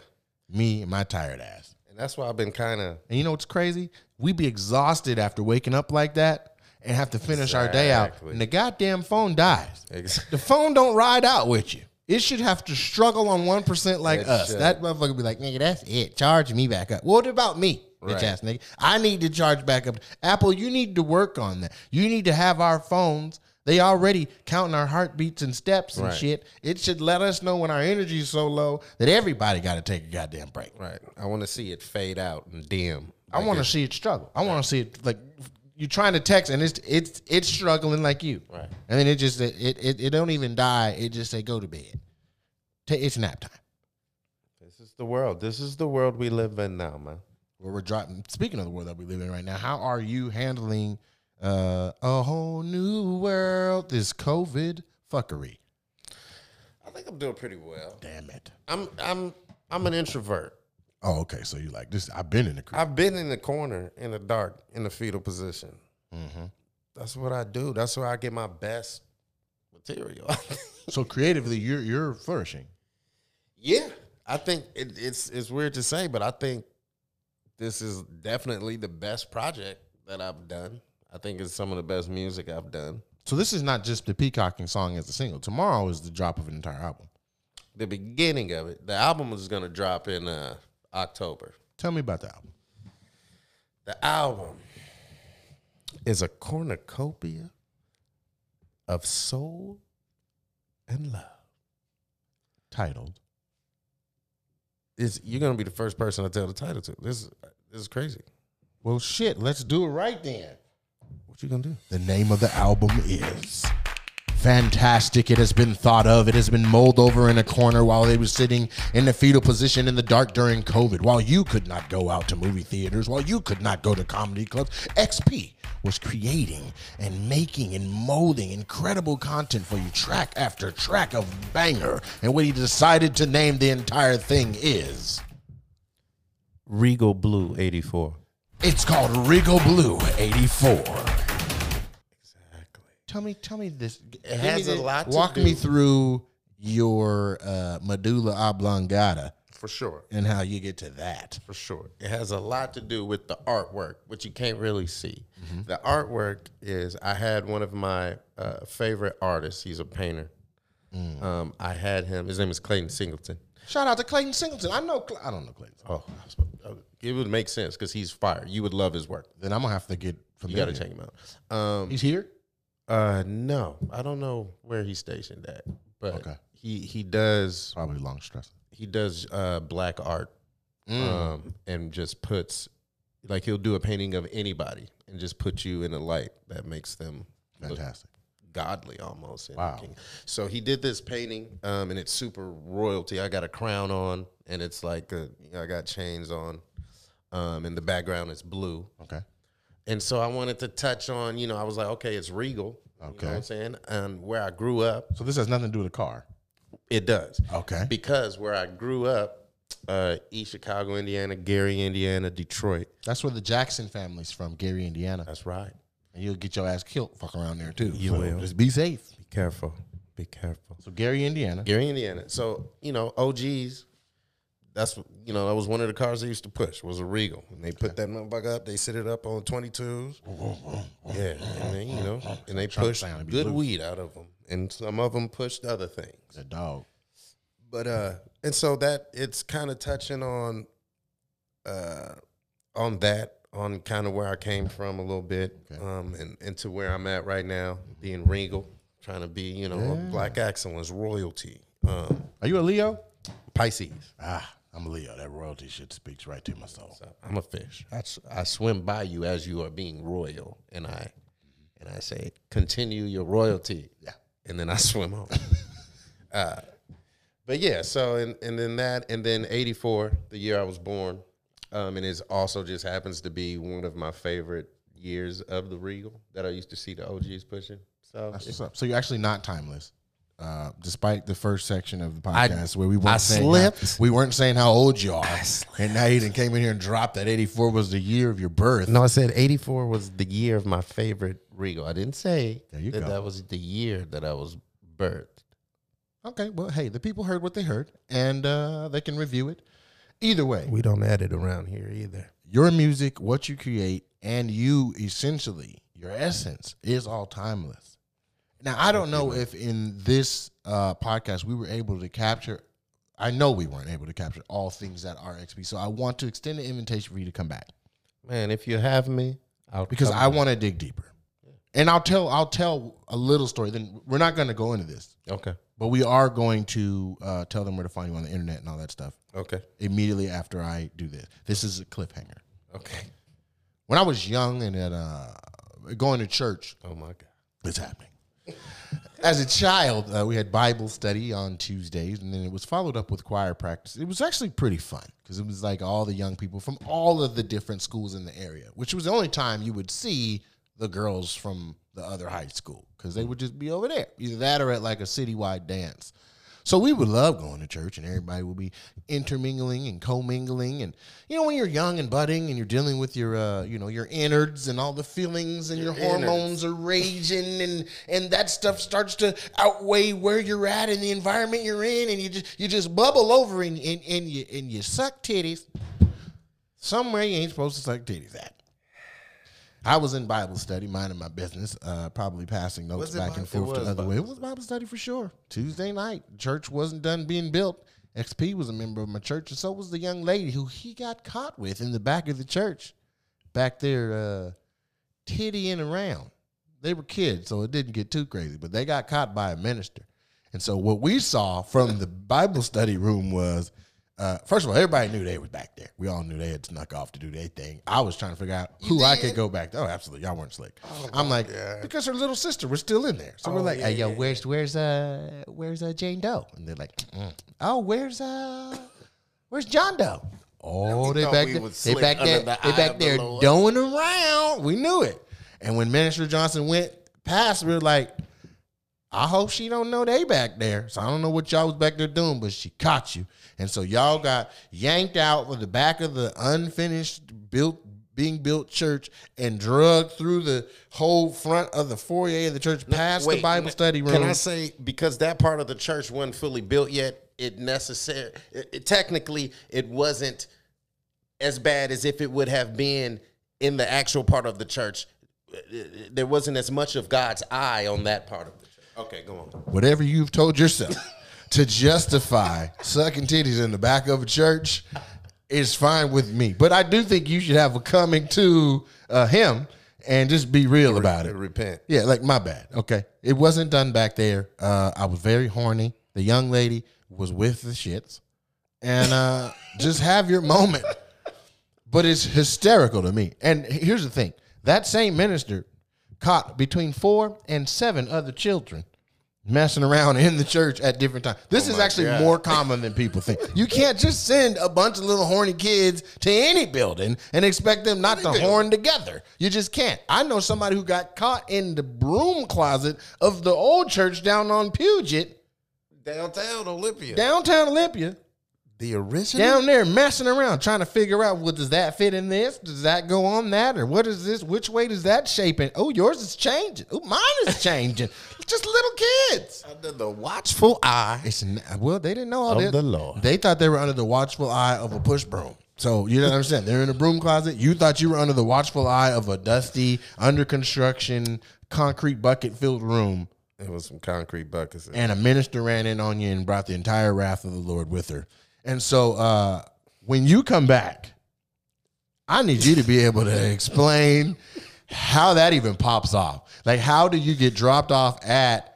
Speaker 2: Me and my tired ass.
Speaker 3: and that's why I've been kind of
Speaker 2: And you know what's crazy? We be exhausted after waking up like that and have to finish our day out,
Speaker 3: Exactly.
Speaker 2: and the goddamn phone dies.
Speaker 3: Ex-
Speaker 2: The phone don't ride out with you. It should have to struggle on one percent like
Speaker 3: It
Speaker 2: us.
Speaker 3: should.
Speaker 2: That motherfucker be like, nigga, that's it. Charge me back up. What about me, bitch
Speaker 3: Right.
Speaker 2: ass nigga? I need to charge back up. Apple, you need to work on that. You need to have our phones. They already counting our heartbeats and steps and
Speaker 3: Right.
Speaker 2: shit. It should let us know when our energy is so low that everybody got to take a goddamn break.
Speaker 3: right. I want to see it fade out and dim.
Speaker 2: I want to see it struggle. I want to see it like you're trying to text and it's it's it's struggling like you.
Speaker 3: Right.
Speaker 2: And then it just it it, it don't even die. It just say go to bed. Ta- It's nap time.
Speaker 3: This is the world. This is the world we live in now, man.
Speaker 2: Where we're dropping. Speaking of the world that we live in right now, how are you handling uh, a whole new world? This COVID fuckery.
Speaker 3: I think I'm doing pretty well.
Speaker 2: Damn it.
Speaker 3: I'm I'm I'm an introvert.
Speaker 2: Oh, okay. So you like this? I've been in the crib.
Speaker 3: I've been in the corner in the dark in the fetal position. Mm-hmm. That's what I do. That's where I get my best material. *laughs*
Speaker 2: So creatively, you're you're flourishing.
Speaker 3: yeah, I think it, it's it's weird to say, but I think this is definitely the best project that I've done. I think it's some of the best music I've done.
Speaker 2: So this is not just the peacocking song as a single. Tomorrow is the drop of an entire album.
Speaker 3: The beginning of it. The album is going to drop in uh, October.
Speaker 2: Tell me about the album.
Speaker 3: The album is a cornucopia of soul and love.
Speaker 2: Titled.
Speaker 3: It's, you're gonna be the first person I tell the title to. This is this is crazy.
Speaker 2: Well, shit, let's do it right then.
Speaker 3: What you gonna do?
Speaker 2: The name of the album is Fantastic. It has been thought of. It has been mulled over in a corner while they were sitting in the fetal position in the dark during COVID, while you could not go out to movie theaters, while you could not go to comedy clubs. XP was creating and making and molding incredible content for you, track after track of banger. And what he decided to name the entire thing is.
Speaker 3: Regal Blue '84.
Speaker 2: It's called Regal Blue 84. Exactly. Tell me, tell me this. It
Speaker 3: has a lot to
Speaker 2: Walk
Speaker 3: do-
Speaker 2: me through your uh, medulla oblongata
Speaker 3: For sure,
Speaker 2: and how you get to that.
Speaker 3: for sure. It has a lot to do with the artwork, which you can't really see. The artwork is I had one of my uh, favorite artists. He's a painter. Um, I had him. His name is Clayton Singleton.
Speaker 2: Shout out to Clayton Singleton. I know. Cl- I don't know Clayton.
Speaker 3: Oh, I was about- oh, it would make sense because he's fire. You would love his work.
Speaker 2: Then I'm gonna have to get
Speaker 3: You
Speaker 2: familiar.
Speaker 3: got to check him out. Um,
Speaker 2: He's here.
Speaker 3: Uh, no, I don't know where he's stationed at, but
Speaker 2: Okay.
Speaker 3: he he does
Speaker 2: Probably long stress.
Speaker 3: he does uh black art,
Speaker 2: Mm.
Speaker 3: um, and just puts like he'll do a painting of anybody and just put you in a light that makes them look
Speaker 2: Fantastic.
Speaker 3: godly almost. and
Speaker 2: Wow.
Speaker 3: king. So he did this painting, um, and it's super royalty. I got a crown on, and it's like a, I got chains on, um, and the background is blue.
Speaker 2: Okay.
Speaker 3: And so I wanted to touch on, you know, I was like, okay, it's regal. You
Speaker 2: Okay.
Speaker 3: know what I'm saying? And where I grew up,
Speaker 2: So this has nothing to do with the car.
Speaker 3: it does.
Speaker 2: Okay.
Speaker 3: Because where I grew up, uh, East Chicago, Indiana, Gary, Indiana, Detroit.
Speaker 2: That's where the Jackson family's from, Gary, Indiana.
Speaker 3: That's right.
Speaker 2: And you'll get your ass killed fuck around there too.
Speaker 3: You
Speaker 2: So
Speaker 3: will.
Speaker 2: Just be safe.
Speaker 3: Be careful. Be careful.
Speaker 2: So Gary, Indiana.
Speaker 3: Gary, Indiana. So you know, OGs. That's what- you know that was one of the cars they used to push was a Regal, and they put that motherfucker up. They sit it up on twenty twos. Yeah, and then you know, and they pushed
Speaker 2: sound to be
Speaker 3: good
Speaker 2: blue.
Speaker 3: weed out of them, and some of them pushed other things.
Speaker 2: The dog.
Speaker 3: But uh, and so that it's kind of touching on, uh, on that, on kind of where I came from a little bit, um, and into where I'm at right now, being Regal, trying to be you know black excellence, royalty, um,
Speaker 2: Are you a Leo?
Speaker 3: Pisces.
Speaker 4: Ah, I'm a Leo. That royalty shit speaks right to my soul.
Speaker 3: I'm a fish. I, s- I swim by you as you are being royal, and I and I say, continue your royalty. Yeah, and then I *laughs* swim on. uh, but yeah, so and and then that, and then '84, the year I was born, um, and it's also just happens to be one of my favorite years of the Regal that I used to see the OGs pushing. So
Speaker 2: That's what's up. So you're actually not timeless. Uh, despite the first section of the podcast where we weren't
Speaker 3: I
Speaker 2: saying
Speaker 3: slipped.
Speaker 2: How, we weren't saying how old you are, and now you done came in here and dropped that 84 was the year of your birth.
Speaker 3: No, I said '84 was the year of my favorite Regal. I didn't say
Speaker 2: There you
Speaker 3: that
Speaker 2: go.
Speaker 3: that was the year that I was birthed.
Speaker 2: Okay, well, hey, the people heard what they heard, and uh, they can review it. Either way,
Speaker 3: We don't edit around here either.
Speaker 2: your music, what you create, and you essentially, your essence is all timeless. Now, I don't know if in this uh, podcast we were able to capture, I know we weren't able to capture all things that are XP. So I want to extend the invitation for you to come back
Speaker 3: Man, if you have me, I'll
Speaker 2: because
Speaker 3: come
Speaker 2: I
Speaker 3: back.
Speaker 2: want to dig deeper. And I'll tell I'll tell a little story. Then we're not going to go into this,
Speaker 3: Okay,
Speaker 2: but we are going to uh, tell them where to find you on the internet and all that stuff
Speaker 3: okay,
Speaker 2: immediately after I do this. This is a cliffhanger.
Speaker 3: okay.
Speaker 2: When I was young and at uh, going to church,
Speaker 3: Oh my god.
Speaker 2: it's happening. As a child, uh, we had Bible study on Tuesdays, and then it was followed up with choir practice. It was actually pretty fun because it was like all the young people from all of the different schools in the area, which was the only time you would see the girls from the other high school because they would just be over there, either that or at like a citywide dance. So we would love going to church, and everybody would be intermingling and commingling, and you know when you're young and budding, and you're dealing with your, uh, you know, your innards and all the feelings, and your, hormones are raging, and and that stuff starts to outweigh where you're at and the environment you're in, and you just you just bubble over, and and, and you and you suck titties somewhere you ain't supposed to suck titties at. I was in Bible study, minding my business, uh, probably passing notes
Speaker 3: Was it
Speaker 2: back
Speaker 3: Bi-
Speaker 2: and
Speaker 3: it
Speaker 2: forth the
Speaker 3: was
Speaker 2: other
Speaker 3: Bi-
Speaker 2: way. It was Bible study for sure. Tuesday night, church wasn't done being built. XP was a member of my church, and so was the young lady who he got caught with in the back of the church, back there uh, tittying around. They were kids, so it didn't get too crazy, but they got caught by a minister. And so what we saw from the Bible study room was, uh, first of all, everybody knew they was back there. We all knew they had snuck off to do their thing. I was trying to figure out who I could go back. To. Oh, absolutely, y'all weren't slick. I'm like, because her little sister was still in there, so we're like, hey, yo, where's where's uh where's uh Jane Doe? And they're like, "Mm. oh, where's uh where's John Doe? Oh, they
Speaker 3: thought
Speaker 2: back
Speaker 3: we
Speaker 2: there.
Speaker 3: was
Speaker 2: They
Speaker 3: slick
Speaker 2: back
Speaker 3: under
Speaker 2: there.
Speaker 3: the
Speaker 2: They
Speaker 3: eye
Speaker 2: back
Speaker 3: of the
Speaker 2: there
Speaker 3: Lord.
Speaker 2: going around. We knew it. And when Minister Johnson went past, we were like, I hope she don't know they back there. So I don't know what y'all was back there doing, but she caught you. And so y'all got yanked out with the back of the unfinished built being built church and drugged through the whole front of the foyer of the church past the Bible study room.
Speaker 3: Can I say because that part of the church wasn't fully built yet? It necessary. It, it- technically, it wasn't as bad as if it would have been in the actual part of the church. Uh, uh, There wasn't as much of God's eye on that part of the church. Okay, go on.
Speaker 2: whatever you've told yourself *laughs* to justify sucking titties in the back of a church is fine with me. But I do think you should have a coming to uh, him and just be real about it.
Speaker 3: Repent.
Speaker 2: Yeah, like my bad. Okay. It wasn't done back there. Uh, I was very horny. The young lady was with the shits. And uh, *laughs* just have your moment. But it's hysterical to me. And here's the thing that same minister caught between four and seven other children messing around in the church at different times. This is actually more common than people think. You can't just send a bunch of little horny kids to any building and expect them not to horn together. You just can't. I know somebody who got caught in the broom closet of the old church down on Puget,
Speaker 3: Downtown Olympia.
Speaker 2: downtown Olympia.
Speaker 3: The original.
Speaker 2: down there messing around trying to figure out well does that fit in this does that go on that or what is this which way does that shape it oh yours is changing oh mine is changing just little kids
Speaker 3: Under the watchful eye.
Speaker 2: it's n- well they didn't know all
Speaker 3: Of
Speaker 2: this
Speaker 3: the Lord.
Speaker 2: they thought they were under the watchful eye of a push broom so you don't understand they're in a broom closet you thought you were under the watchful eye of a dusty under construction concrete bucket filled room
Speaker 3: It was some concrete buckets. in it.
Speaker 2: and a minister ran in on you and brought the entire wrath of the Lord with her. And so uh, when you come back, I need you to be able to explain how that even pops off. Like, how do you get dropped off at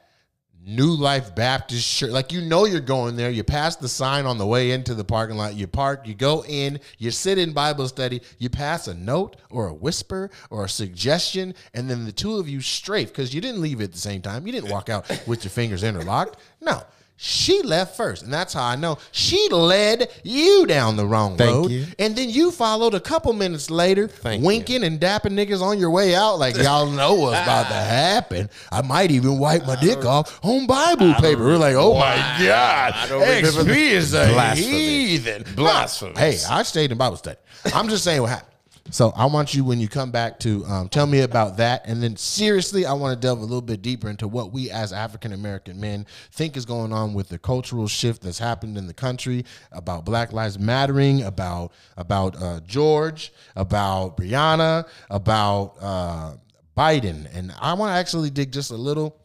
Speaker 2: New Life Baptist Church? Like, you know, you're going there. You pass the sign on the way into the parking lot. You park, you go in, you sit in Bible study, you pass a note or a whisper or a suggestion, and then the two of you strafe because you didn't leave at the same time. You didn't walk
Speaker 3: *laughs*
Speaker 2: out with your fingers interlocked. No. She left first, and that's how I know she led you down the wrong
Speaker 3: Thank
Speaker 2: road.
Speaker 3: you.
Speaker 2: Mm-hmm. And then you followed a couple minutes later,
Speaker 3: Thank
Speaker 2: winking and dapping niggas on your way out, like y'all know what's about to happen. I might even wipe my dick off on Bible paper. We're like, oh my god,
Speaker 3: I don't remember
Speaker 2: XP
Speaker 3: the-
Speaker 2: is a
Speaker 3: Blasphemy.
Speaker 2: heathen.
Speaker 3: Blasphemy.
Speaker 2: Nah, Hey, I stayed in Bible study. I'm just saying what happened. So I want you when you come back to um, tell me about that, and then seriously, I want to delve a little bit deeper into what we as African American men think is going on with the cultural shift that's happened in the country about Black Lives Mattering, about about uh, George, about Brianna, about uh, Biden, and I want to actually dig just a little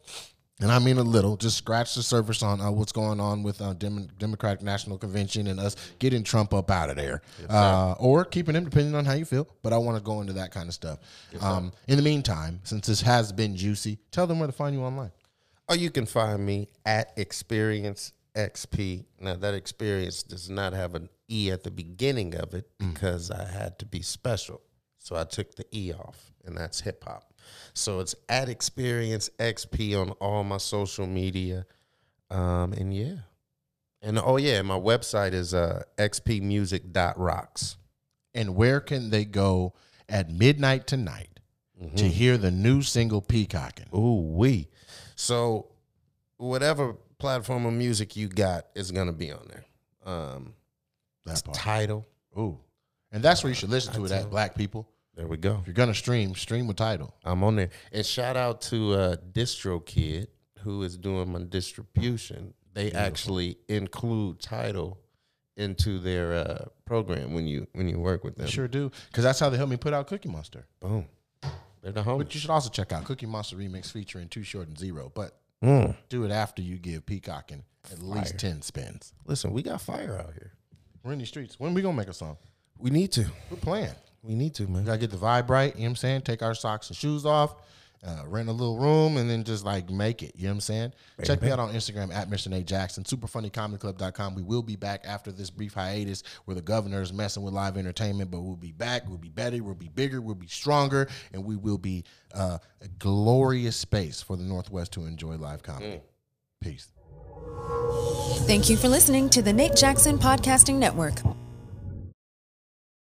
Speaker 2: and I mean a little, just scratch the surface on uh, what's going on with uh, Dem- Democratic National Convention and us getting Trump up out of there, uh, or keeping him, depending on how you feel. But I want to go into that kind of stuff. um, in the meantime, since this has been juicy, tell them where to find you online.
Speaker 3: Or you can find me at Experience XP. Now that experience does not have an E at the beginning of it because I had to be special. So I took the E off, and that's hip hop. So it's at Experience XP on all my social media. Um, and yeah. And oh yeah, my website is uh xpmusic.rocks.
Speaker 2: And where can they go at midnight tonight to hear the new single Peacocking?
Speaker 3: Ooh wee. So whatever platform of music you got is gonna be on there. Um
Speaker 2: That part.
Speaker 3: title.
Speaker 2: Ooh, and that's where you should listen to it at. Black people,
Speaker 3: There we go.
Speaker 2: if you're gonna stream, stream with title.
Speaker 3: I'm on there. And shout out to uh, DistroKid who is doing my distribution. They actually include title into their uh, program when you when you work with them.
Speaker 2: Sure do, because that's how they helped me put out Cookie Monster.
Speaker 3: Boom. They're the homies.
Speaker 2: But Oh, you should also check out Cookie Monster Remix featuring Two Short and Zero. But
Speaker 3: Mm.
Speaker 2: do it after you give Peacocking at least 10 spins.
Speaker 3: Listen, we got fire out here.
Speaker 2: We're in these streets. When we going to make a song?
Speaker 3: We need to.
Speaker 2: We're playing.
Speaker 3: We need to, man.
Speaker 2: We got to get the vibe right. You know what I'm saying? Take our socks and shoes off, uh, rent a little room, and then just like make it. You know what I'm saying? Check me out on Instagram at Mr. Nate Jackson, superfunnycomedyclub.com. We will be back after this brief hiatus where the governor is messing with live entertainment, but we'll be back. We'll be better. We'll be bigger. We'll be stronger. And we will be uh, a glorious space for the Northwest to enjoy live comedy. Peace.
Speaker 1: Thank you for listening to the Nate Jackson Podcasting Network.